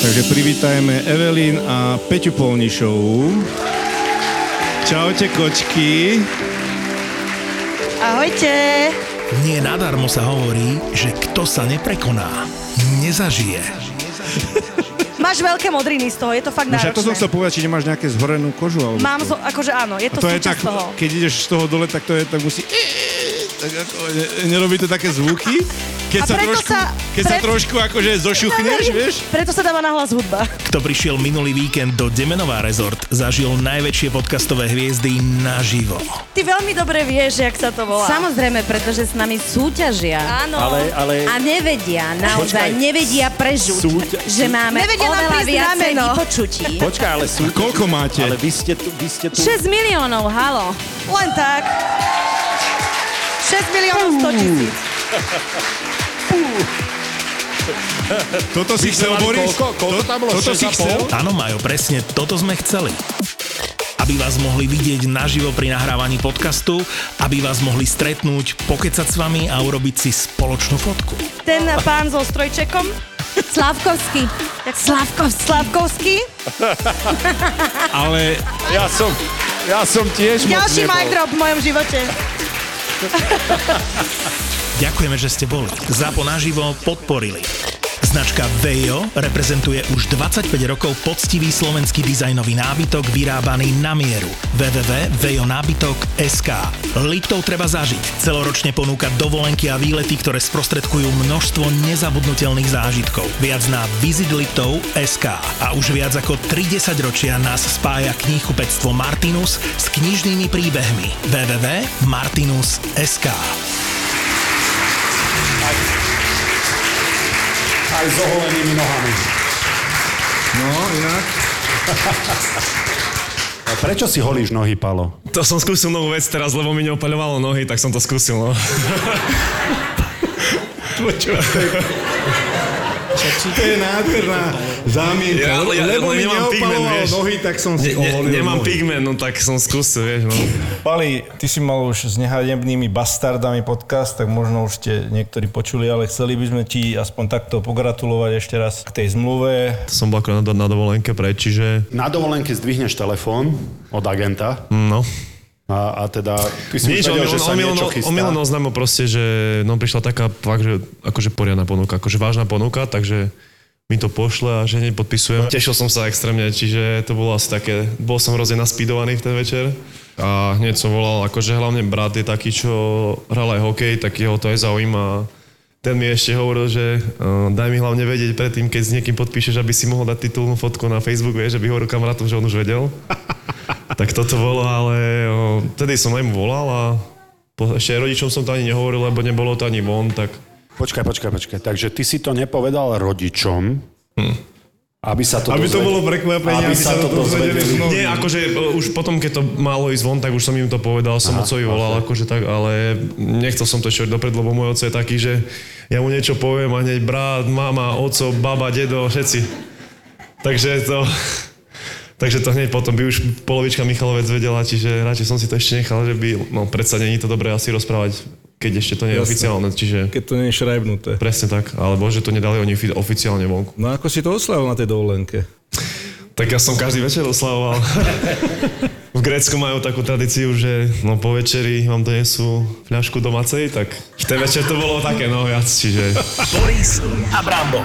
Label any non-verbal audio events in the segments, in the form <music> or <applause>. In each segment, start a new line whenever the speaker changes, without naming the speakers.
Takže privítajme Evelyn a Peťu Polnišovú. Čaute, kočky.
Ahojte.
Nie nadarmo sa hovorí, že kto sa neprekoná, nezažije.
Máš veľké modriny z toho, je to fakt
Už ja
náročné.
to som chcel povedať, či nemáš nejaké zhorenú kožu. Alebo...
Mám, zo, akože áno, je
A
to,
to je
súčasť
tak,
toho.
keď ideš z toho dole, tak to je, tak musí... Tak ako, ne, nerobí to také zvuky? Keď
A
sa
preto
trošku,
sa-
keď sa
pre-
trošku
<laughs>
akože zošuchneš, vieš?
Preto sa dáva nahlas hudba.
Kto prišiel minulý víkend do Demenová rezort, zažil najväčšie podcastové hviezdy naživo.
Ty veľmi dobre vieš, jak sa to volá.
Samozrejme, pretože s nami súťažia.
Áno.
Ale, ale...
A nevedia, naozaj,
Počkaj.
nevedia prežuť,
Súťa-
že máme
Nevedia nám
oveľa
prísť
viacej
rameno.
vypočutí.
Počkaj, ale sú...
Koľko máte?
Ale vy ste tu, vy ste tu...
6 miliónov, halo.
Len tak. 6 miliónov 100 tisíc.
Toto si chcel,
mali
Boris?
koľko? Koľko
To-
tam bolo?
Toto
Šesť
si
a pol?
chcel?
Áno, Majo, presne toto sme chceli. Aby vás mohli vidieť naživo pri nahrávaní podcastu, aby vás mohli stretnúť, pokecať s vami a urobiť si spoločnú fotku.
Ten pán so strojčekom,
Slavkovský. Slavkovský.
Slavkovský,
Ale
Ja som... Ja som tiež moc
ďalší
nebol.
mic drop v mojom živote.
Ďakujeme, že ste boli. Zápo naživo podporili. Značka Vejo reprezentuje už 25 rokov poctivý slovenský dizajnový nábytok vyrábaný na mieru. www.vejonábytok.sk Liptov treba zažiť. Celoročne ponúka dovolenky a výlety, ktoré sprostredkujú množstvo nezabudnutelných zážitkov. Viac na visitliptov.sk A už viac ako 30 ročia nás spája knihkupectvo Martinus s knižnými príbehmi. www.martinus.sk
Aj s oholenými nohami.
No, inak...
A prečo si holíš nohy, Palo?
To som skúsil novú vec teraz, lebo mi neopaľovalo nohy, tak som to skúsil, no.
To je nádherná zámienka.
Ja, ale ja-
Lebo mi
ale nemám pigment,
neopaloval
vieš.
nohy, tak som si
Ne, ne,
oholil
nemám
nohy.
pigment, no tak som skúsil, vieš, no.
Pali, ty si mal už s nehanebnými bastardami podcast, tak možno už ste niektorí počuli, ale chceli by sme ti aspoň takto pogratulovať ešte raz k tej zmluve.
To som bol akorát na, na dovolenke preč, čiže,
Na dovolenke zdvihneš telefón od agenta
no.
a, a teda ty si
Nič,
už
on,
vedel,
on,
že
on,
sa
no, mi len-
niečo
on mi len
chystá.
oznámil proste, že no prišla taká fakt, že akože poriadna ponuka, akože vážna ponuka, takže mi to pošle a že nepodpisujem. No, Tešil som sa extrémne, čiže to bolo asi také, bol som hrozne naspídovaný v ten večer a hneď som volal, akože hlavne brat je taký, čo hral aj hokej, tak jeho to aj zaujíma. Ten mi ešte hovoril, že uh, daj mi hlavne vedieť predtým, keď s niekým podpíšeš, aby si mohol dať titulnú fotku na Facebook, vieš, že by hovoril kamarátom, že on už vedel. tak toto bolo, ale o, tedy som aj mu volal a po, ešte aj rodičom som to ani nehovoril, lebo nebolo to ani von, tak
Počkaj, počkaj, počkaj. Takže ty si to nepovedal rodičom, aby sa to
Aby to
dozvedeli.
bolo prekvapenie,
aby, sa to dozvedeli.
z novín.
Nie, akože e, už potom, keď to malo ísť von, tak už som im to povedal, som ocovi volal, akože tak, ale nechcel som to ešte dopredu, lebo môj oco je taký, že ja mu niečo poviem a hneď brat, mama, oco, baba, dedo, všetci. Takže to... <laughs> Takže to hneď potom by už polovička Michalovec vedela, čiže radšej som si to ešte nechal, že by... No predsa není to dobré asi rozprávať, keď ešte to nie je
Jasné.
oficiálne, čiže...
Keď to nie je šrajbnuté.
Presne tak, alebo že to nedali oni ofi- oficiálne vonku.
No ako si to oslavil na tej dovolenke?
Tak ja som každý večer oslavoval. <laughs> v Grécku majú takú tradíciu, že no po večeri vám donesú fľašku domácej, tak v ten večer to bolo také no viac, čiže...
Boris Abrambo.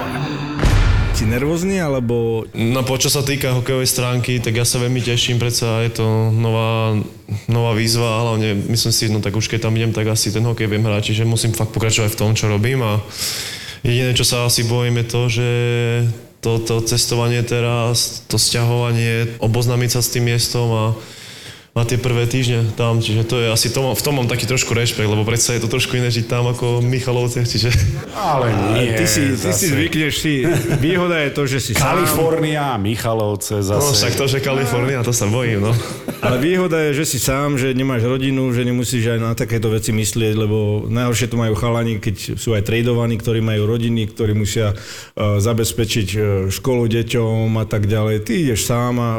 Si nervózny, alebo
No po čo sa týka hokejovej stránky, tak ja sa veľmi teším, predsa je to nová, nová výzva, a hlavne myslím si, no tak už keď tam idem, tak asi ten hokej viem hrať, čiže musím fakt pokračovať v tom, čo robím a jediné, čo sa asi bojím je to, že toto cestovanie teraz, to sťahovanie, oboznámiť sa s tým miestom a na tie prvé týždne tam, čiže to je asi, to, mám- v tom mám taký trošku rešpekt, lebo predsa je to trošku iné žiť tam ako v Michalovciach, čiže...
Ale nie,
ty si, ty
zase.
si zvykneš si, výhoda je to, že si sám,
Kalifornia, Michalovce
No
zase.
však to, že Kalifornia, to sa bojím, no.
ale výhoda je, že si sám, že nemáš rodinu, že nemusíš aj na takéto veci myslieť, lebo najhoršie to majú chalani, keď sú aj tradovaní, ktorí majú rodiny, ktorí musia eh, zabezpečiť eh, školu deťom a tak ďalej. Ty ideš sám a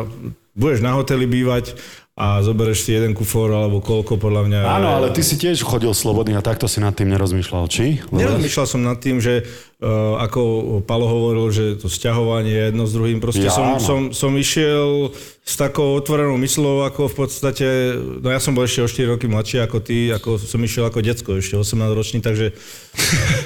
budeš na hoteli bývať a zoberieš si jeden kufor alebo koľko, podľa mňa.
Áno, ale ty si tiež chodil slobodný a takto si nad tým nerozmýšľal, či? Lebo-
Nerozmýšľal som nad tým, že Uh, ako Palo hovoril, že to sťahovanie je jedno s druhým. Proste
Ja,
som,
áno.
som, som išiel s takou otvorenou myslou, ako v podstate, no ja som bol ešte o 4 roky mladší ako ty, ako som išiel ako decko, ešte 18 ročný,
<laughs>
takže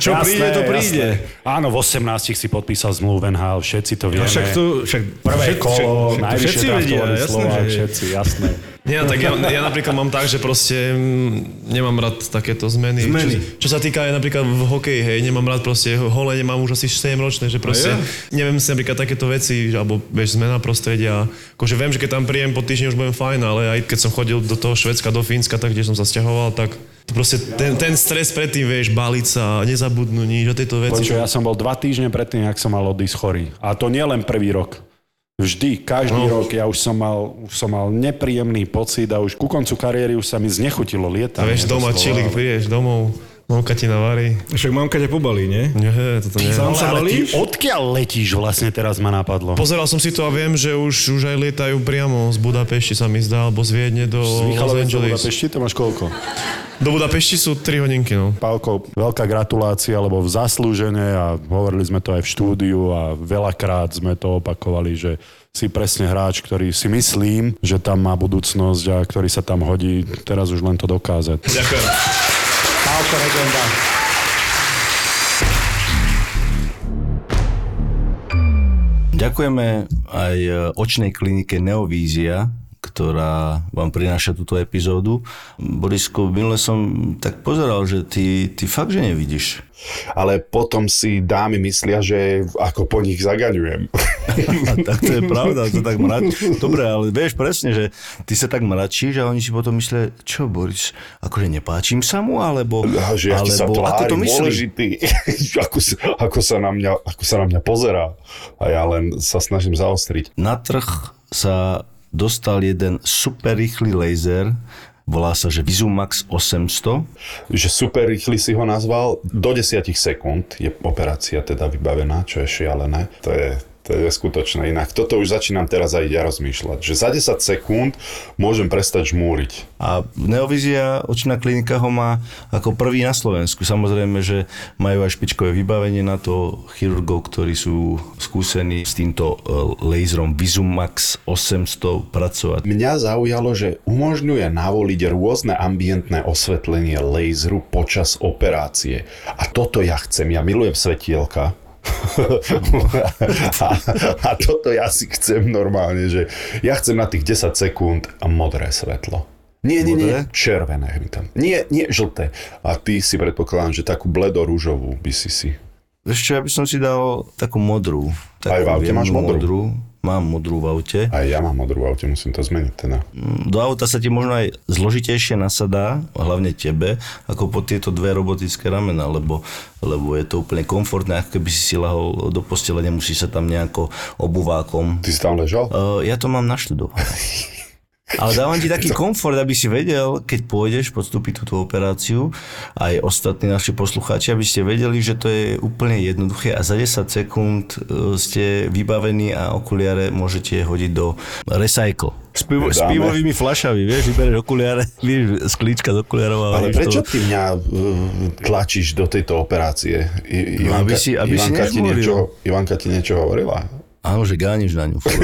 čo
Jasné,
príde, to príde.
Jasné. Áno, v 18 si podpísal zmluvu v NHL, všetci to vieme.
A No však to, však
Prvé
všet-
kolo,
všet-
najvyššie
všetci vedia,
draftovaný
jasné,
Slovák,
že
všetci, jasné.
Nie, tak ja, ja napríklad mám tak, že proste mm, nemám rád takéto zmeny.
Zmeny.
Čo, čo sa týka aj napríklad v hokeji, hej, nemám rád proste hole, nemám už asi 7 ročné, že proste
A ja?
neviem si napríklad takéto veci, že- alebo vieš, zmena prostredia. Akože viem, že keď tam príjem po týždni už budem fajn, ale aj keď som chodil do toho Švedska, do Fínska, tak kde som sa stiahoval, tak to proste ten, ten stres predtým, vieš, baliť sa, nezabudnú nič o tejto veci.
Počuj, ja som bol dva týždne predtým, ak som mal odísť chorý. A to nie len prvý rok. Vždy, každý
No.
no. rok, ja už som, mal, už som mal nepríjemný pocit a už ku koncu kariéry už sa mi znechutilo
A
lietať.
vieš, doma čili, prídeš domov, mamka ti navarí.
Však mamka ťa pobalí, nie?
Nie, toto nie.
Sám sa
Ale ty
balíš?
odkiaľ letíš vlastne teraz ma napadlo?
Pozeral som si to a viem, že už, už aj lietajú priamo z Budapešti sa mi zdá, alebo z Viedne do Los
Z Michalovec do
Angeles.
Budapešti, to máš koľko?
Do Budapešti sú 3 hodinky, no.
Pálko, veľká gratulácia, lebo v zaslúžene a hovorili sme to aj v štúdiu a veľakrát sme to opakovali, že si presne hráč, ktorý si myslím, že tam má budúcnosť a ktorý sa tam hodí. Teraz už len to dokázať.
Ďakujem.
Pálko, legenda.
Ďakujeme aj e, očnej klinike Neovízia, ktorá vám prináša túto epizódu. Borisku, minule som tak pozeral, že ty, ty fakt, že nevidíš.
ale potom si dámy myslia, že ako po nich zagaňujem. <laughs>
A tak to je pravda, to tak mrač. Dobre, ale vieš presne, že ty sa tak mračíš a oni si potom myslia, čo Boris, akože nepáčim sa mu, alebo,
A že aký sa
alebo ako to
tvári,
myslíš?
dôležitý, <laughs> ako, sa- ako, sa na mňa, ako sa na mňa pozerá. A ja len sa snažím zaostriť.
Na trh sa dostal jeden super rýchly laser, volá sa, že Visumax 800.
Že super rýchly si ho nazval, do 10 sekúnd je operácia teda vybavená, čo je šialené. To je, to je skutočné. Inak toto už začínam teraz aj ja rozmýšľať, že za 10 sekúnd môžem prestať žmúriť.
A Neovizia očná klinika ho má ako prvý na Slovensku. Samozrejme, že majú aj špičkové vybavenie na to chirurgov, ktorí sú skúsení s týmto e, laserom Visumax 800 pracovať.
Mňa zaujalo, že umožňuje navoliť rôzne ambientné osvetlenie laseru počas operácie. A toto ja chcem, ja milujem svetielka. <laughs> a, a toto ja si chcem normálne, že ja chcem na tých 10 sekúnd modré svetlo. Nie, nie, nie,
Modré?
červené mi tam. Nie, nie, žlté. A ty si predpokladám, že takú bledorúžovú by si si.
Vieš čo, ja by som si dal takú modrú. Takú
Aj v aute máš
jemnú
modrú?
Mám modrú v aute.
A ja mám modrú v aute, musím to zmeniť teda.
Do auta sa ti možno aj zložitejšie nasadá, hlavne tebe, ako po tieto dve robotické ramena, lebo, lebo je to úplne komfortné, ako keby si si lahol do postele, nemusí sa tam nejako obuvákom
Ty si tam ležal?
Uh, ja to mám <laughs> naštudované. Ale dávam ti taký komfort, aby si vedel, keď pôjdeš podstúpiť túto operáciu, aj ostatní naši poslucháči, aby ste vedeli, že to je úplne jednoduché a za 10 sekúnd uh, ste vybavení a okuliare môžete hodiť do recycle. S, pivo, s
Dáme.
pivovými flašami, vieš, vybereš okuliare, <laughs> vieš, z klíčka z okuliarov a
Ale
hodíš
prečo
to-
ty mňa uh, tlačíš do tejto operácie? I,
No, aby si- aby si
Ivanka, ti
nežmuril.
niečo, Ivanka ti niečo hovorila?
Áno, že gániš na ňu. furt.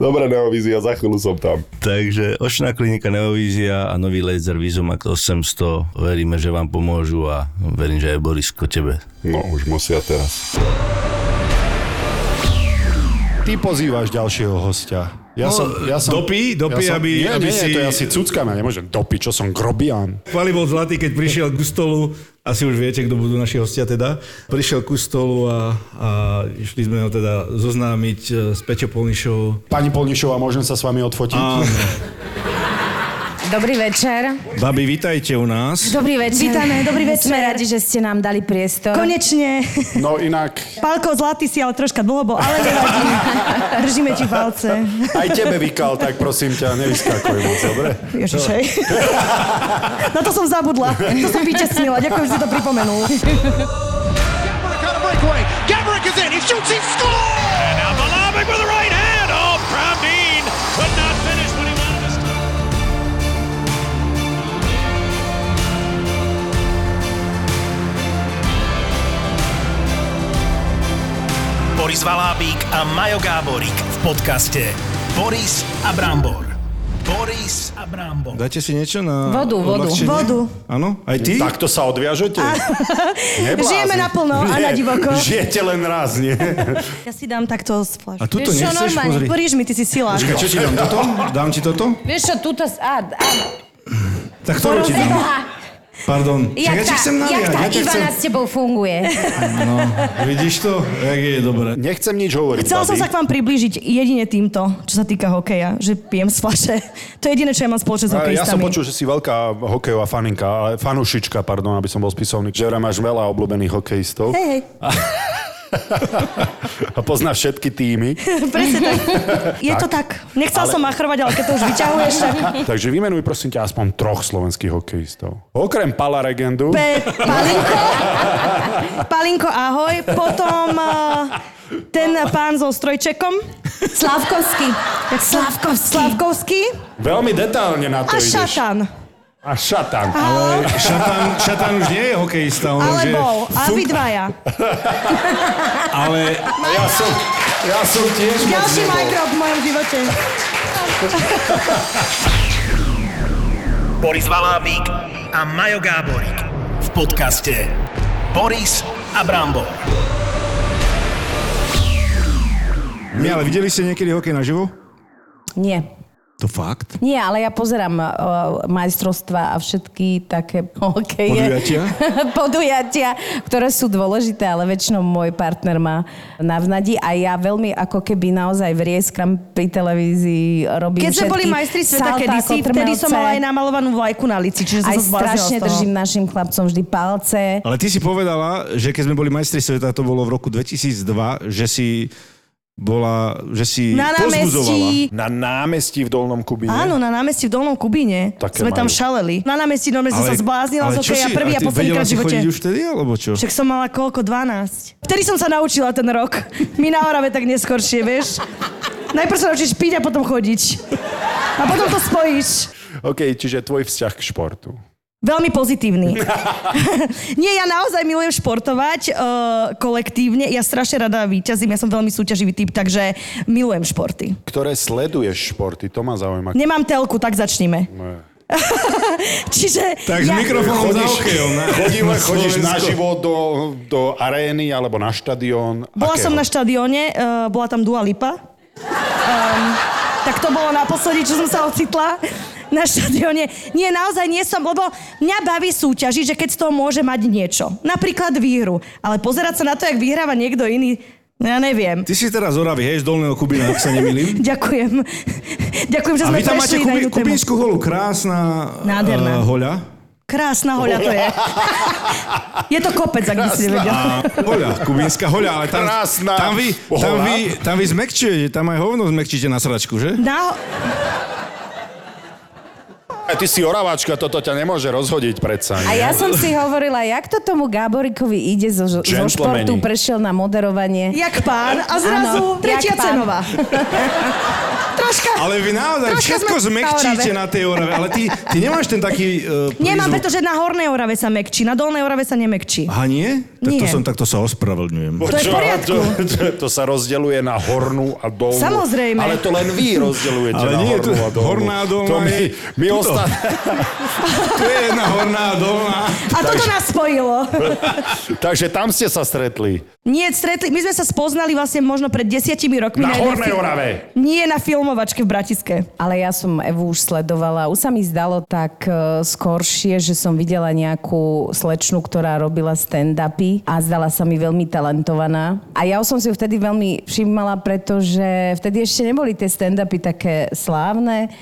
Dobre, neovízia, za chvíľu som tam.
Takže očná klinika Neovízia a nový laser Visumax 800. Veríme, že vám pomôžu a verím, že aj Borisko tebe.
No, už musia teraz.
Ty pozývaš ďalšieho hostia.
No,
Ja som, ja som,
dopí, dopí,
ja som,
aby-
nie,
aby
nie,
si-
to ja si cuckám, ja nemôžem dopí, čo som grobian.
Pali bol zlatý, keď prišiel ku stolu, asi už viete, kto budú naši hostia teda, prišiel ku stolu a, a išli sme ho teda zoznámiť e, s Peťo Polnišovou.
Pani Polnišová, môžem sa s vami odfotiť?
Dobrý večer.
Babi, vítajte u nás.
Dobrý večer.
Vítame, dobrý večer.
Sme radi, že ste nám dali priestor.
Konečne.
No inak,
Pálko, zlatý si, ale troška dlho bol, ale
<laughs>
nevadí. Držíme ti palce.
aj tebe vykal, tak prosím ťa, nevyskakuj moc, dobre?
Ježišej. <laughs> Na to som zabudla. To som vyčesnila. Ďakujem, že si to pripomenul.
Boris Valábík a Majo Gáborík v podcaste Boris a Brambor. Boris a Brambor.
Dáte si niečo na
Vodu, vodu,
odľahčenie?
vodu.
Áno? Aj ty?
Takto sa odviažete? Neblázni.
Žijeme naplno a na
Nie,
divoko.
Žijete len raz, nie?
Ja si dám takto z flašu.
A tuto nechceš? Pozri.
Poríš mi, ty si silák.
Počkaj, čo ti dám toto? Dám ti toto?
Vieš čo, túto... s- Á, áno.
Tak ktorú ti dám? Pardon. Čak,
Jak
ja ti
tá,
chcem
jak
naliať.
tá
Ja ti chcem...
Ivana s tebou funguje.
No, vidíš to? Jak je dobré.
Nechcem nič hovoriť,
Chcela som sa k vám priblížiť jedine týmto, čo sa týka hokeja, že pijem z flaše. To je jediné, čo ja mám spoločné s
Ale
hokejistami.
Ja som počul, že si veľká hokejová faninka, ale fanušička, pardon, aby som bol spisovný, že vraj máš veľa obľúbených hokejistov
Hej, hej.
a poznáš všetky týmy.
<laughs> Presne tak. Je to tak. Nechcel
Ale-
som machrovať, ale keď to už vyťahuješ, tak...
Takže vymenuj prosím ťa aspoň troch slovenských hokejistov. Okrem Pala Regendu.
Pe- Palinko, Palinko, ahoj. Potom eh, ten pán so strojčekom. Slavkovský. Slavkovský. Slavkovský.
Veľmi detálne na to
A
ideš.
Šatan.
A šatan.
Ale
Šatan, šatan už nie je hokejista. On
Ale
už je...
bol. A
Fuk,
vy dvaja.
Ale
Ja som, ja som tiež moc
Ďalší
nebol.
mikrob v mojom živote.
Boris Valábík a Majo Gáborík v podcaste Boris a Brambor.
my ale videli ste niekedy hokej naživo?
Nie.
To fakt?
Nie, ale ja pozerám
eh,
uh, majstrovstva a všetky
<laughs>
také hokeje.
Podujatia?
Podujatia, ktoré sú dôležité, ale väčšinou môj partner má navnadí a ja veľmi ako keby naozaj vrieskam pri televízii, robím
Keď sme
všetky
boli majstri sveta
saltáko,
kedysi, vtedy som
trmelce.
mala aj namalovanú vlajku na lici, čiže som
aj
sa zbláznila
strašne
z toho.
držím našim chlapcom vždy palce.
Ale ty si povedala, že keď sme boli majstri sveta, to bolo v roku 2002, že si bola, že si
Na námestí.
Na námestí v Dolnom Kubine.
Áno, na námestí v Dolnom Kubíne.
Také
sme tam
majú.
šaleli. Na námestí normálne som sa zbláznila z hokeja prvý a
Vedela
posledný v
si
živote.
chodiť už vtedy, alebo čo?
Však som mala koľko? 12. Vtedy som sa naučila ten
<laughs>
rok. My na Orave tak neskoršie, vieš. Najprv sa naučíš piť a potom chodiť. A potom to spojíš.
OK, čiže tvoj vzťah k športu.
Veľmi
<laughs>
pozitívny. Nie, ja naozaj milujem športovať uh, kolektívne. Ja strašne rada výťazím, ja som veľmi súťaživý typ, takže milujem športy.
Ktoré sleduješ športy, to ma zaujíma.
Nemám telku, tak začníme.
Ne.
Čiže
Tak s
ja...
mikrofónom za hokejom. na-
Chodím,
na
chodíš
Slovensko.
naživo do, do arény alebo na štadión?
Bola som na
štadión.
štadióne, uh, bola tam Dua Lipa. Um, tak to bolo naposledy, čo som sa ocitla na štadióne. Nie, naozaj nie som, lebo mňa baví súťažiť, že keď z toho môže mať niečo. Napríklad výhru. Ale pozerať sa na to, jak vyhráva niekto iný, no ja neviem.
Ty si teraz z Oravy, hej, z Dolného Kubina, ak sa nemýlim.
Ďakujem. <laughs> Ďakujem, že
A
sme
vy tam máte
prešli na
kubi,
inú tému.
kubínsku holu, krásna
Nádherná.
eh, hoľa.
Krásna hoľa to
<laughs>
je. je to kopec, ak by si nevedel.
A hoľa, kubínska hoľa, ale tam,
Krásna
tam, vy, tam,
hoľa.
vy, tam vy zmekčujete, tam aj hovno zmekčíte na sračku, že?
Na,
E, Ty si oraváčka, toto ťa nemôže rozhodiť predsa.
A ja som si hovorila, jak to tomu Gáborikovi ide zo, zo
Gentlemani.
športu, prešiel na moderovanie.
jak pán a zrazu
Áno,
tretia
jak pán. <laughs>
cenová. Troška.
Ale vy naozaj
Troška
všetko
sme-
zmekčíte na
na
tej orave, ale ty, ty nemáš ten taký... Uh,
Nemám, pretože na hornej orave sa mekčí, na dolnej orave sa nemekčí.
A nie? Tak to
Nie.
som takto sa ospravedlňujem.
<laughs> To je v poriadku.
To, to, to sa rozdeluje na hornú a dolnú.
Samozrejme.
Ale to len vy rozdelujete
Ale
na
nie,
hornú
to-
a dolnú.
horná a dolná
to my,
je
my
tuto.
osta- <laughs>
Tu je jedna horná a dolná.
A toto nás spojilo.
Takže tam ste sa stretli.
Nie, stretli, my sme sa spoznali vlastne možno pred desiatimi rokmi.
Na
jednej
Hornej
fil-
Orave.
Nie, na filmovačke v Bratiske.
Ale ja som Evu už sledovala. Už sa mi zdalo tak e, skoršie, že som videla nejakú slečnu, ktorá robila stand-upy a zdala sa mi veľmi talentovaná. A ja som si ju vtedy veľmi všimala, pretože vtedy ešte neboli tie stand-upy také slávne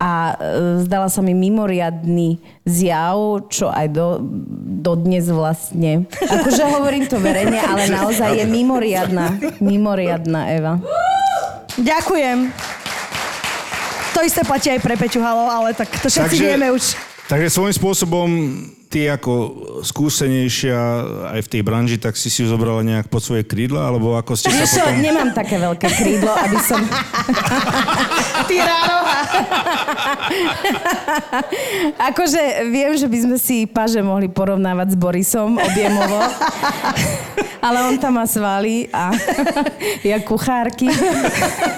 a e, zdala sa mi mimoriadný zjav, čo aj do, dodnes vlastne. Akože hovorím to
<laughs>
verejne, <laughs> ale naozaj je mimoriadná, mimoriadná Eva.
Ďakujem. To isté platí aj pre Peťu Halo, ale tak to všetci
Takže-
vieme už.
Takže svojím spôsobom ty ako skúsenejšia aj v tej branži, tak si si ju zobrala nejak pod svoje krídla, alebo ako ste sa
Vieš čo,
potom...
nemám také veľké krídlo, aby
<laughs>
som... Ty rároha. akože viem, že by sme si paže mohli porovnávať s Borisom <laughs> objemovo, ale on tam má svaly a <laughs> ja kuchárky.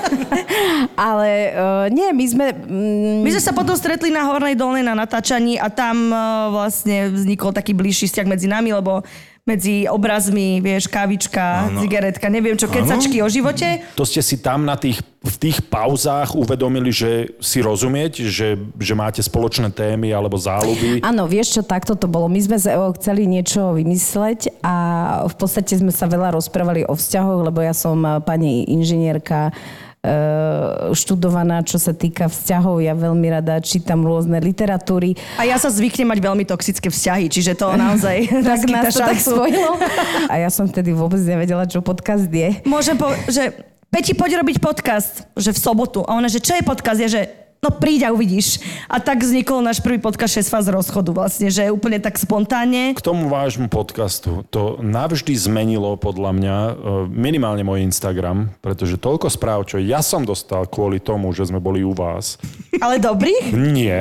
<laughs> ale uh, nie, my sme... Mm,
My sme sa potom stretli na Hornej Dolnej na natáčaní a tam eh, vlastne vznikol taký bližší vzťah medzi nami, lebo medzi obrazmi, vieš, kávička,
Áno.
cigaretka, neviem čo, kecačky o živote.
To ste si tam na tých, v tých pauzách uvedomili, že si rozumieť, že, že máte spoločné témy alebo záľuby.
Áno, vieš čo, takto to bolo. My sme s Evo chceli niečo vymysleť a v podstate sme sa veľa rozprávali o vzťahoch, lebo ja som eh, pani inžinierka eh, študovaná, čo sa týka vzťahov. Ja veľmi rada čítam rôzne literatúry.
A ja sa zvyknem mať veľmi toxické vzťahy, čiže to <laughs> naozaj
tak
naskytá
nás to tak
šancu.
spojilo. A ja som vtedy vôbec nevedela, čo podcast je.
Môžem povedať, že Peti, poď robiť podcast, že v sobotu. A ona, že čo je podcast? Je, že no príď a uvidíš. A tak vznikol náš prvý podcast 6 fáz rozchodu vlastne, že úplne tak spontánne.
K tomu vášmu podcastu to navždy zmenilo podľa mňa e, minimálne môj Instagram, pretože toľko správ, čo ja som dostal kvôli tomu, že sme boli u vás,
Ale dobrý? <laughs>
nie.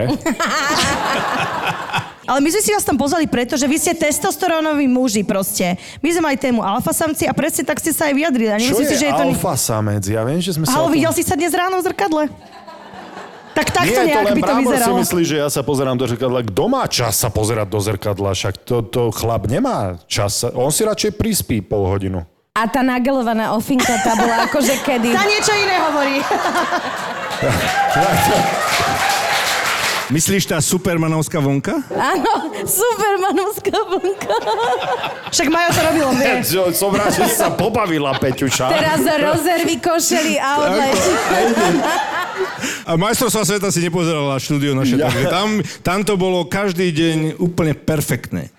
Ale my sme si vás tam pozvali preto, že vy ste testosterónoví muži proste. My sme mali tému alfasamci a presne tak ste sa aj vyjadrili. A
Čo
nemyslím si,
je,
že je to... ni-
alfa samec? Ja viem, že sme sa...
Halo,
o tom-
videl si sa dnes ráno v zrkadle? Tak takto nejak
Nie, to len
by to
brábor
vyzeralo.
si myslí, že ja sa pozerám do zrkadla. Kto má čas sa pozerať do zrkadla? Však to, to chlap nemá čas. sa- On si radšej prispí pol
<laughs>
hodinu.
A tá nagelovaná ofinka, tá bola akože kedy...
Tá niečo iné hovorí.
Myslíš tá supermanovská vonka?
Áno, supermanovská vlnka.
Však Majo to robilo, vie.
Čo, som rád, že si sa pobavila, Peťuča.
Teraz rozervi košeli a odleď.
A majstrovstva sveta si nepozerala štúdio naše, ja. takže tam, tam to bolo každý deň úplne
<laughs>
perfektné.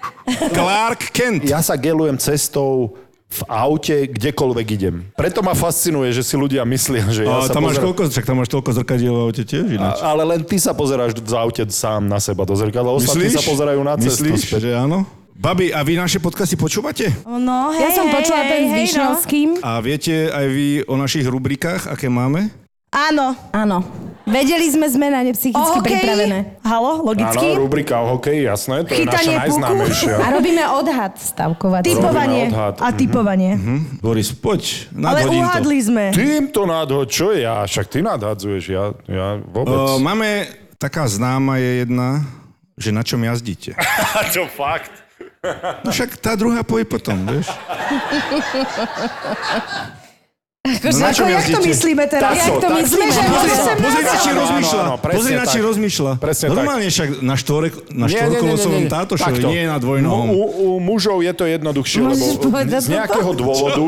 Clark Kent.
Ja sa gelujem cestou v aute, kdekoľvek idem. Preto ma fascinuje, že si ľudia myslia, že ja
a
sa
tam máš,
pozerám...
koľko, však tam máš toľko zrkadiel v aute tiež ináč.
A, ale len ty sa pozeráš v aute sám na seba do zrkadla. Ostatní sa pozerajú na cestu.
Myslíš,
späť.
že áno? Babi, a vy naše podcasty počúvate?
No,
Ja
hej,
som
hej,
počula
hej,
ten s
hej, no.
Višňovským.
A viete aj vy o našich rubrikách, aké máme?
Áno.
Áno. Vedeli sme, sme na ne
O
psychicky
hokeji?
pripravené.
Halo, logicky?
Áno, rubrika o hokeji, jasné, to
Chytanie
je naša
puku.
najznámejšia.
A robíme odhad stavkovací.
Typovanie.
Robíme odhad.
A typovanie.
Mhm. Boris, poď,
Ale
nadhodím to.
uhádli sme.
Tým to nadhod, čo ja? Však ty nadhadzuješ, ja, ja vôbec.
O,
Ehm,
máme, taká známa je jedna, že na čom jazdíte.
čo fakt?
No však tá druhá poje potom,
<laughs>
vieš?
Akože,
No na
ako,
čom
jak to
jazdíte?
myslíme teraz?
Taco,
jak to
taco.
myslíme? Že
Pozri,
môže
sa,
sem
pozri na či
nás-
Áno, áno,
rozmýšľa.
áno, presne
pozri na či
tak.
rozmýšľa.
Presne tak.
Normálne však na, štvorek, na
Nie, nie, nie,
štvorkolosovom
nie, nie.
tátošovi,
Takto.
nie na dvojnohom.
No, u, u mužov je to jednoduchšie, lebo
Môžeš povedať no
z
to
nejakého
tak?
dôvodu,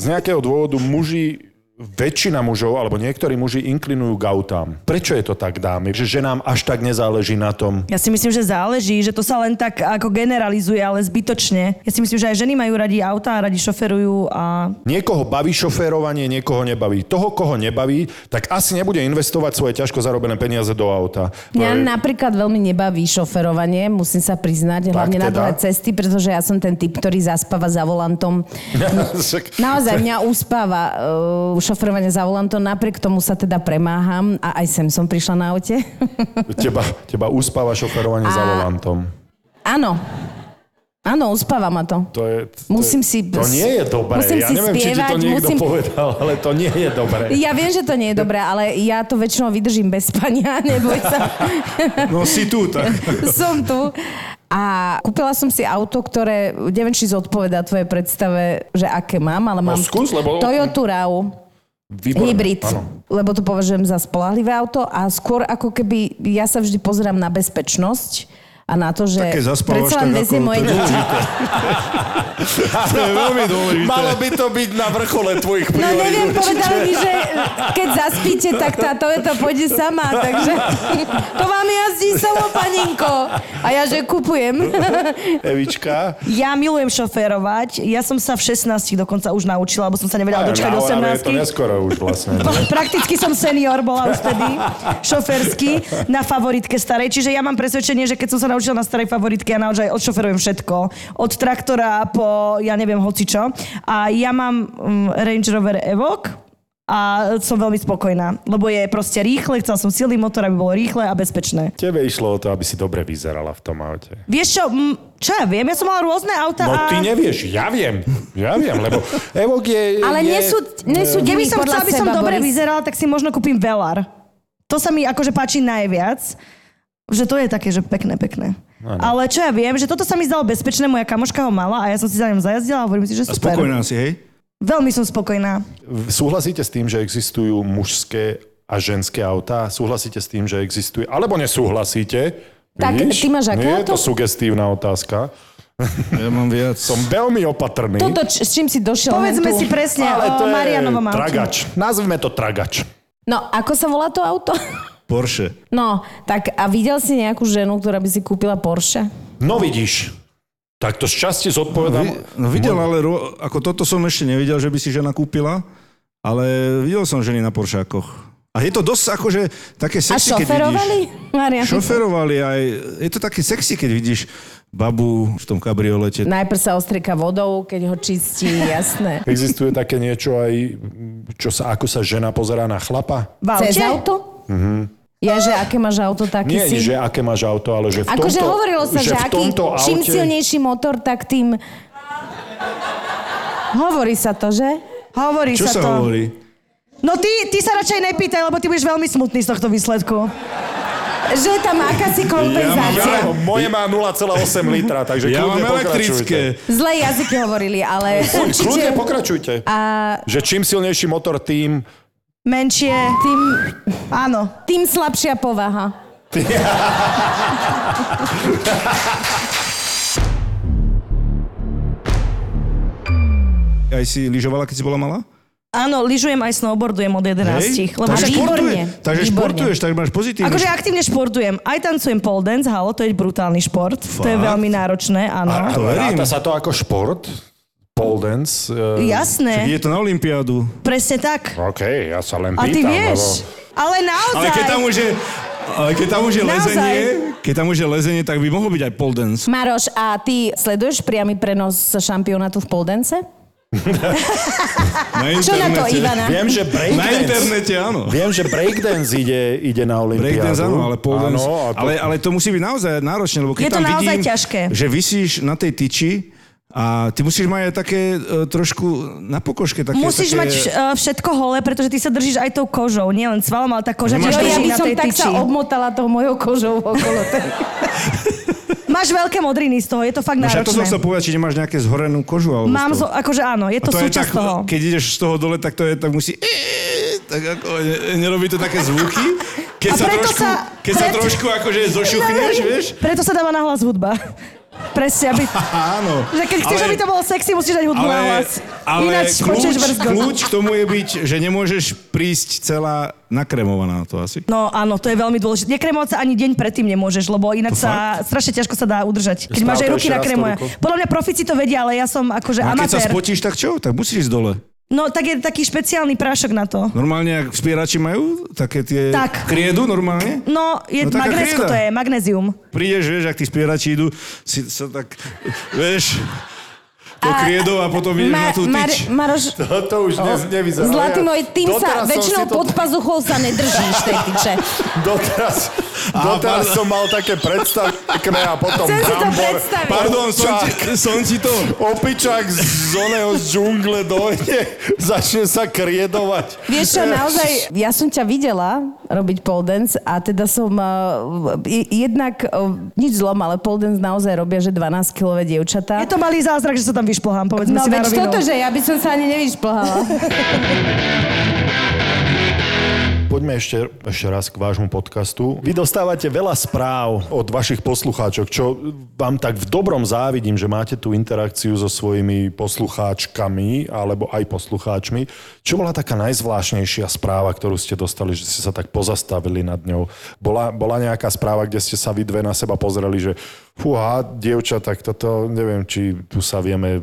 z nejakého dôvodu muži väčšina mužov, alebo niektorí muži inklinujú k autám. Prečo je to tak, dámy? Že ženám až tak nezáleží na tom.
Ja si myslím, že záleží, že to sa len tak ako generalizuje, ale zbytočne. Ja si myslím, že aj ženy majú radi auta, radi šoferujú a...
Niekoho baví šoférovanie, niekoho nebaví. Toho, koho nebaví, tak asi nebude investovať svoje ťažko zarobené peniaze do auta.
Mňa
To je-
napríklad veľmi nebaví šoferovanie, musím sa priznať, hlavne na
teda.
dlhé cesty, pretože ja som ten typ, ktorý zaspáva za
<laughs>
volantom.
Však-
Naozaj mňa uspáva uh, šoferovanie za volantom, napriek tomu sa teda premáham a aj sem som prišla na aute. <laughs>
Teba, teba uspáva šoferovanie za
A-
volantom.
Áno. Áno, uspáva ma to.
To je, to
Musím
je,
si-
To nie je dobré.
musím
ja
si
neviem, či ti to
spievať,
niekto
musím-
povedal, ale to nie je dobré.
Ja viem, že to nie je dobré, ale ja to väčšinou vydržím bez spania, <laughs> neboj sa.
No si tu, tak.
<laughs> som tu. A kúpila som si auto, ktoré, neviem, či zodpoveda tvojej predstave, že aké mám, ale
No,
mám
skús, lebo-
Toyota RAV.
Výborné,
Hybrid,
áno.
lebo to považujem za spolahlivé auto a skôr ako keby ja sa vždy pozerám na bezpečnosť a na to, že
Také zaspávaš
predsa
tak
len
ako...
vezie moje
to je
deti.
dôležité. To je veľmi dôležité.
Malo by to byť na vrchole tvojich
No
priorít.
neviem, povedali mi, že keď zaspíte, tak tá Toyota pôjde sama,
<laughs>
takže to vám jazdí samo, paninko. A ja, že kupujem.
<laughs> Evička,
Ja milujem šoférovať. Ja som sa v 16 dokonca už naučila, lebo som sa nevedela dočkať
No, ale je to
18.
neskoro už
<laughs>
vlastne.
Pra- <laughs> Prakticky som senior bola už vtedy, šoferský, na favoritke starej. Čiže ja mám presvedčenie, že keď som sa naučila na starej favoritke, ja naozaj odšoferujem všetko. Od traktora po, ja neviem, hocičo. A ja mám mm, Range Rover Evoque a som veľmi spokojná, lebo je proste rýchle, chcela som silný motor, aby bolo rýchle a bezpečné.
Tebe išlo o to, aby si dobre vyzerala v tom aute.
Vieš čo, mm, čo ja viem, ja som mala rôzne auta
No
a...
ty nevieš, ja viem. Ja viem, lebo Evok je...
Ale
je,
nie sú, nie sú Keby som chcela, aby som dobre vyzerala, tak si možno kúpim Velar. To sa mi akože páči najviac. Že to je také, že pekné, pekné.
Áno.
Ale čo ja viem, že toto sa mi zdalo bezpečné, moja kamoška ho mala a ja som si za ňom zajazdila a hovorím si, že
A
super.
spokojná si, hej?
Veľmi som spokojná.
Súhlasíte s tým, že existujú mužské a ženské autá? Súhlasíte s tým, že existuje? Alebo nesúhlasíte?
Tak, ty máš aké
Nie je
auto?
to sugestívna otázka.
Ja mám viac.
Som veľmi opatrný.
Toto, č- s čím si došiel len
Povedzme
tu.
si presne o
Ale to je
Marianovom autu.
Tragač. Nazvime to tragač.
No, ako sa volá to auto?
Porsche.
No, tak a videl si nejakú ženu, ktorá by si kúpila Porsche?
No vidíš. Tak to šťastie zodpovedám.
No videl, ale ro- ako toto som ešte nevidel, že by si žena kúpila, ale videl som ženy na Poršákoch. A je to dosť akože také
A
sexy, keď
šoferovali?
vidíš.
Marian.
Šoferovali aj, je to také sexy, keď vidíš babu v tom kabriolete.
Najprv sa ostrieka vodou, keď ho čistí, jasné.
Existuje také niečo aj, čo sa, ako sa žena pozerá na chlapa?
Cez auto?
Mhm.
Ja, že aké máš auto, taký
Nie,
si?
že aké máš auto, ale že v tomto...
Akože hovorilo sa, že,
v
aký,
tomto aute...
čím silnejší motor, tak tým... Hovorí sa to, že?
Hovorí
Čo sa
to.
hovorí?
No ty, ty sa radšej nepýtaj, lebo ty budeš veľmi smutný z tohto výsledku.
Že je tam akási kompenzácia.
Ja, moje má 0,8 litra, takže
Ja
kľudne
mám elektrické.
pokračujte.
Zlé jazyky hovorili, ale
Kľudne
určite...
pokračujte.
A
Že čím silnejší motor, tým...
menšie,
tým,
áno,
tým slabšia povaha.
Aj si lyžovala, keď si bola malá?
Áno, lyžujem aj snowboardujem od 11. Lebo
takže
však
športuje,
výborne.
takže športuješ, tak máš pozitívne.
Akože aktívne športujem. Aj tancujem pole dance, halo, to je brutálny šport. To je
Fakt?
veľmi náročné, áno.
A, ale ráta sa to ako šport? Pole dance? e,
Jasné. Však je
to na Olympiádu.
Presne tak.
OK, ja sa len
A
pýtam,
ty vieš.
lebo...
Ale naozaj.
Ale keď tam už je, ale keď tam už je
Naozaj.
lezenie, keď tam už je lezenie, tak by mohlo byť aj pole dance.
Maroš, a ty sleduješ priamy prenos šampionátu v poldence?
Na
Čo na to,
internete.
Ivana?
Viem, že breakdance...
Na internete, áno.
Viem, že breakdance ide, ide na Olympiádu.
Breakdance, áno, ale pole dance.
Áno, a
Áno,
to-
ale, ale to musí byť naozaj náročné, lebo keď
Je to
tam
naozaj
vidím,
ťažké.
že vysíš na tej tyči a ty musíš mať aj také e, trošku na pokoške. Také,
Musíš
také...
mať vš- e, všetko holé, pretože ty sa držíš aj tou kožou, nielen svalom, ale tá koža ti
Jo, No, ja
drží
by
na
som
tej
tak
tyči.
sa obmotala tou mojou kožou okolo tej. <laughs>
Máš veľké modriny z toho, je to fakt
No, však to som
náročné.
chcel povedať, či nemáš nejaké zhorenú kožu. Alebo
Mám,
z
zo,
toho.
akože áno, je
A
to,
to je
súčasť
tak,
toho.
Keď ideš z toho dole, tak to je, tak musí... E, Tak ako, ne- nerobí to také zvuky? Keď
A
sa
preto
trošku,
sa-
keď sa
preto-
trošku akože
<laughs>
zošuchneš, vieš?
Preto sa dáva nahlas hudba. Presne, aby...
Áno.
Že keď chceš,
Ale-
aby to bolo sexy, musíš dať hudbu na
Ale,
hlas.
ale
Ináč počuješ
kľúč,
vrzgot.
kľúč k tomu je byť, že nemôžeš prísť celá nakremovaná to asi.
No áno, to je veľmi dôležité. Nekremovať sa ani deň predtým nemôžeš, lebo ináč
To
sa strašne ťažko sa dá udržať. Keď
Správ
máš aj
to
ruky
ešte raz
nakremoja.
tú ruku.
Podľa mňa profici to vedia, ale ja som akože
A keď sa
amatér.
spotíš, tak čo? Tak musíš ísť dole.
No tak je taký špeciálny prášok na to.
Normálne, ak spierači majú také tie
Tak.
kriedu normálne?
No, je
No, taká
no, magnézko
krieda.
to je, magnézium.
Prídeš, vieš, ak tí spierači idú, si sa tak, vieš, to kriedou a potom ideš na tú tyč.
Maroš,
To už ne, nevyzerá.
zlatý
Ja-
môj, tým sa
doteraz som
väčšinou
si to-
pod pazuchou sa nedržíš tej tyče.
<laughs> Doteraz, doteraz som mal také predstavné a potom
Chcem si to
brambor.
predstaviť.
Pardon, som ti,
Čak.
<laughs> som ti to...
Opičák z oného z džungle dojde, <laughs> začne sa kriedovať.
Vieš čo, naozaj, ja som ťa videla robiť pole dance a teda som uh, i- jednak, uh, nič zlom, ale pole dance naozaj robia, že 12-kilové dievčatá.
Je to malý zázrak, že sa tam vyšplhám, povedzme
No
si na
veď
rovinu.
toto, že ja by som sa ani
<laughs>
nevyšplhala.
Poďme ešte, ešte raz k vášmu podcastu. Vy dostávate veľa správ od vašich poslucháčok, čo vám tak v dobrom závidím, že máte tú interakciu so svojimi poslucháčkami alebo aj poslucháčmi. Čo bola taká najzvláštnejšia správa, ktorú ste dostali, že ste sa tak pozastavili nad ňou? Bola, bola nejaká správa, kde ste sa vy dve na seba pozreli, že Fúha, dievča, tak toto, neviem, či tu sa vieme e,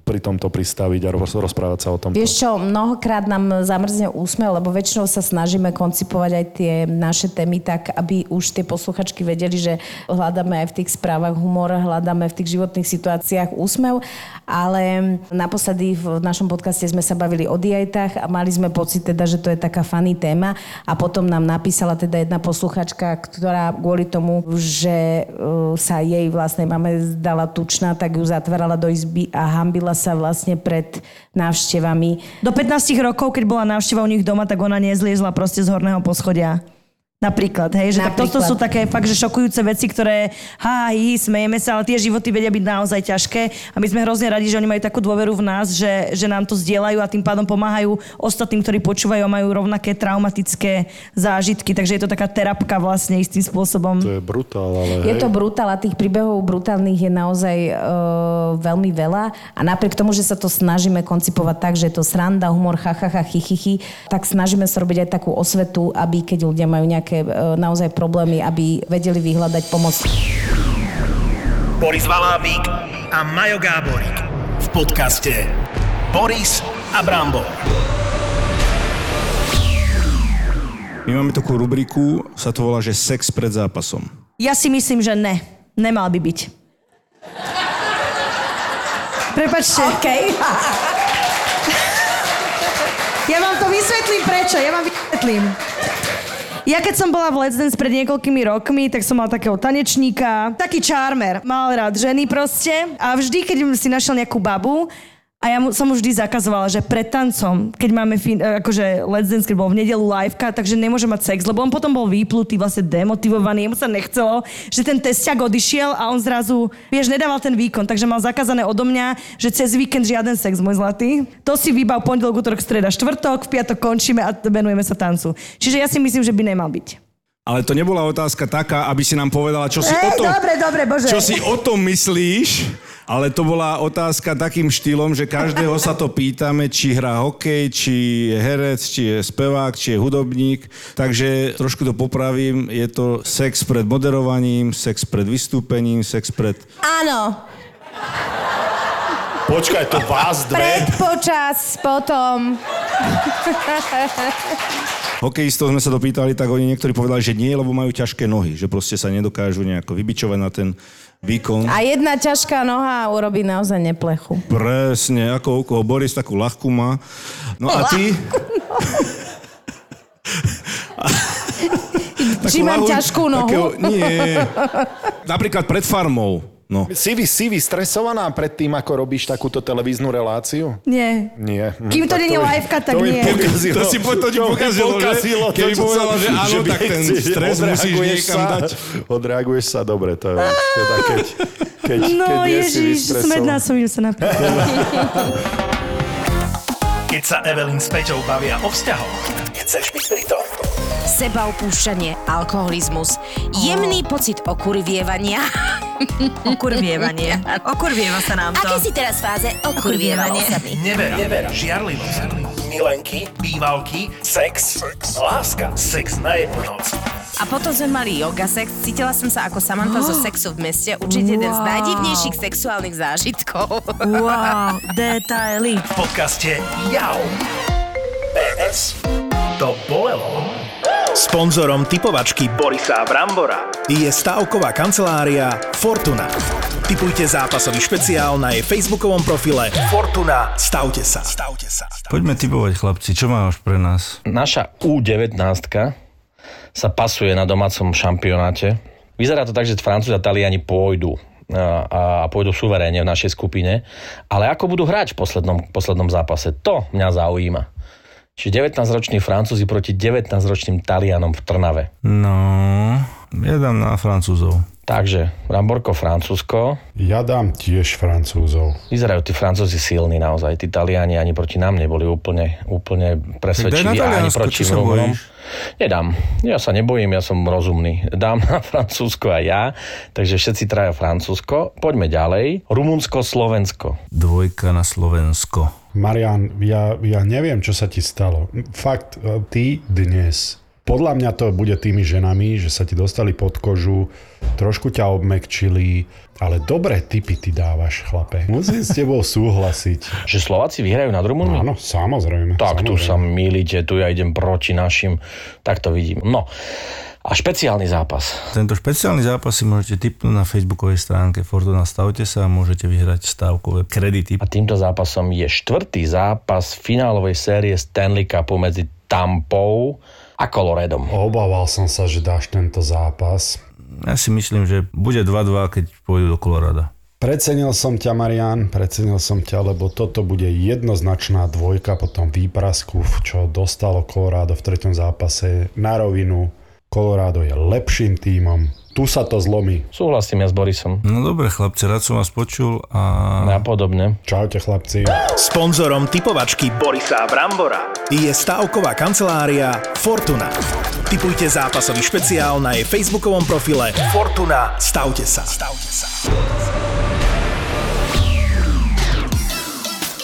pri tomto pristaviť a roz- rozprávať sa o tom.
Vieš čo, mnohokrát nám zamrzne úsmev, lebo väčšinou sa snažíme koncipovať aj tie naše témy tak, aby už tie posluchačky vedeli, že hľadáme aj v tých správach humor, hľadáme v tých životných situáciách úsmev, ale naposledy v našom podcaste sme sa bavili o dietách a mali sme pocit teda, že to je taká funny téma a potom nám napísala teda jedna posluchačka, ktorá kvôli tomu, že e, sa jej vlastnej mame zdala tučná, tak ju zatvárala do izby a hambila sa vlastne pred návštevami.
Do 15 rokov, keď bola návšteva u nich doma, tak ona nezliezla proste z horného poschodia. Napríklad, hej, že Tak toto
Napríklad.
sú také fakt, že šokujúce veci, ktoré há, hí, smejeme sa, ale tie životy vedia byť naozaj ťažké a my sme hrozne radi, že oni majú takú dôveru v nás, že, že nám to zdieľajú a tým pádom pomáhajú ostatným, ktorí počúvajú a majú rovnaké traumatické zážitky, takže je to taká terapka vlastne istým spôsobom.
To je brutál,
Je
ale hej.
to brutál a tých príbehov brutálnych je naozaj e, veľmi veľa a napriek tomu, že sa to snažíme koncipovať tak, že je to sranda, humor, chachacha, chichichy, tak snažíme sa robiť aj takú osvetu, aby keď ľudia majú nejaké e, naozaj problémy, aby vedeli vyhľadať pomoc.
Boris Valábík a Majo Gáborík v podcaste Boris a Brambo.
My máme takú rubriku, sa to volá, že sex pred zápasom.
Ja si myslím, že ne. Nemal by byť. Prepačte. Okay. Ja vám to vysvetlím prečo, ja vám vysvetlím. Ja keď som bola v Let's Dance pred niekoľkými rokmi, tak som mal takého tanečníka, taký charmer, mal rád ženy proste a vždy, keď si našiel nejakú babu, a ja mu, som mu vždy zakazovala, že pred tancom, keď máme fin, e, akože Let's Dance, keď bol v nedelu liveka, takže nemôže mať sex, lebo on potom bol vyplutý, vlastne demotivovaný, jemu sa nechcelo, že ten testiak odišiel a on zrazu, vieš, nedával ten výkon, takže mal zakázané odo mňa, že cez víkend žiaden sex, môj zlatý. To si vybav pondelok, útorok, streda, štvrtok, v piatok končíme a venujeme sa tancu. Čiže ja si myslím, že by nemal byť.
Ale to nebola otázka taká, aby si nám povedala, čo si o
Hej,
tom...
dobre, dobre, bože.
Čo si o tom myslíš? Ale to bola otázka takým štýlom, že každého sa to pýtame, či hrá hokej, či je herec, či je spevák, či je hudobník. Takže trošku to popravím. Je to sex pred moderovaním, sex pred vystúpením, sex pred...
Áno.
Počkaj, to vás
Pred, počas, potom.
Hokejistov sme sa dopýtali, tak oni niektorí povedali, že nie, lebo majú ťažké nohy, že proste sa nedokážu nejako vybičovať na ten výkon.
A jedna ťažká noha urobí naozaj neplechu.
Presne, ako u koho Boris takú ľahkú má. No a
<laughs>
ty?
Či
Takú
mám
ľahú-
ťažkú nohu?
takého- nie. Napríklad pred farmou. <laughs> No.
Si vy, si vy stresovaná pred tým, ako robíš takúto televíznú reláciu?
Nie.
Nie. Hm,
Kým to
tak
není
mi-
liveka, tak
mi
nie.
pokazilo-
To si po- to ti
mi
pokazilo, že? Keby
čo
povedala,
som-
že áno, tak ten
nechceš,
stres musíš
odreaguješ
niekam
sa.
dať.
Odreaguješ sa dobre, to je teda keď, keď, keď
No
nie si
ježiš,
vystresovaná.
smedná som, idem sa napríklad.
Keď sa Evelyn s Peťou bavia o vzťahoch, chceš byť pri tom.
Seba opúšťanie, alkoholizmus, jemný pocit
<laughs>
okurvievania.
Okurvievanie. Okurvieva sa nám to.
Aké si teraz fáze okurvievania?
Nevera, Nevera. žiarlivosť, milenky, bývalky, sex, láska, sex na jednu noc.
A potom sme mali yoga sex. Cítila som sa ako Samantha zo sexu v meste. Určite jeden z
Wow.
najdivnejších sexuálnych zážitkov.
Wow, detaily.
V podcaste Jau. PS. To bolelo. Sponzorom typovačky Borisa Brambora je stavková kancelária Fortuna. Typujte zápasový špeciál na jej facebookovom profile Fortuna. Stavte sa. Stavte sa.
Poďme typovať, chlapci, čo máš pre nás?
Naša U19 sa pasuje na domácom šampionáte. Vyzerá to tak, že Francúzi a Taliani pôjdu a, a pôjdu suverénne v našej skupine. Ale ako budú hrať v poslednom, poslednom zápase, to mňa zaujíma. Čiže 19-roční Francúzi proti 19-ročným Talianom v Trnave.
No, ja dám na Francúzov.
Takže, Ramborko, Francúzsko.
Ja dám tiež Francúzov.
Vyzerajú tí Francúzi silní naozaj. Tí Taliani ani proti nám neboli úplne, úplne
Tak
presvedčiví.
daj na
a ani
Taliansko,
proti
čo sa
Rumúnom.
bojíš?
Nedám. Ja sa nebojím, ja som rozumný. <laughs> Dám na Francúzsko aj ja. Takže všetci traja Francúzsko. Poďme ďalej. Rumunsko, Slovensko.
Dvojka na Slovensko.
Marian, ja, ja neviem, čo sa ti stalo. Fakt, e, ty dnes Podľa mňa to bude tými ženami, že sa ti dostali pod kožu, trošku ťa obmekčili, ale dobré tipy ty dávaš, chlape. Musím s tebou súhlasiť.
Že Slováci vyhrajú nad Rumunmi?
Áno, samozrejme.
Tak tu
samozrejme.
sa milíte, tu ja idem proti našim, tak to vidím. No, a špeciálny zápas.
Tento špeciálny zápas si môžete tipnúť na facebookovej stránke Fortuna Stavte sa a môžete vyhrať stávkové kredity.
A týmto zápasom je štvrtý zápas finálovej série Stanley Cupu medzi Tampou a Coloredom.
Obával som sa, že dáš tento zápas.
Ja si myslím, že bude 2-2, keď pôjdu do Kolorada.
Precenil som ťa, Marian, precenil som ťa, lebo toto bude jednoznačná dvojka po tom výprasku, v čo dostalo Colorado v treťom zápase na rovinu. Colorado je lepším tímom. Tu sa to zlomí.
Súhlasím ja s Borisom.
No dobre, chlapci, rád som vás počul a...
Napodobne.
Čaute, chlapci.
Sponzorom typovačky Borisa Brambora je stavková kancelária Fortuna. Typujte zápasový špeciál na jej facebookovom profile Fortuna. Stavte sa. Stavte sa.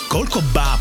Koľko báb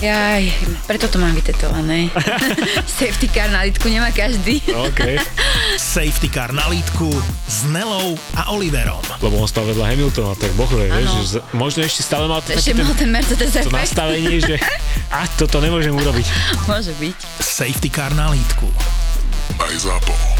Jaj, preto to
<laughs>
mám vytetované. Safety car na lítku nemá každý.
Safety Car na lítku s Nelou a Oliverom.
Lebo on stal vedľa Hamiltona, tak bohle,
Áno.
vieš, že z- možno ešte stále mal to,
Ešte
taký
mal
ten,
ten Mercedes
to
efekt.
nastavenie, že a toto nemôžem urobiť.
Môže byť.
Safety Car na lítku.
Aj zápo.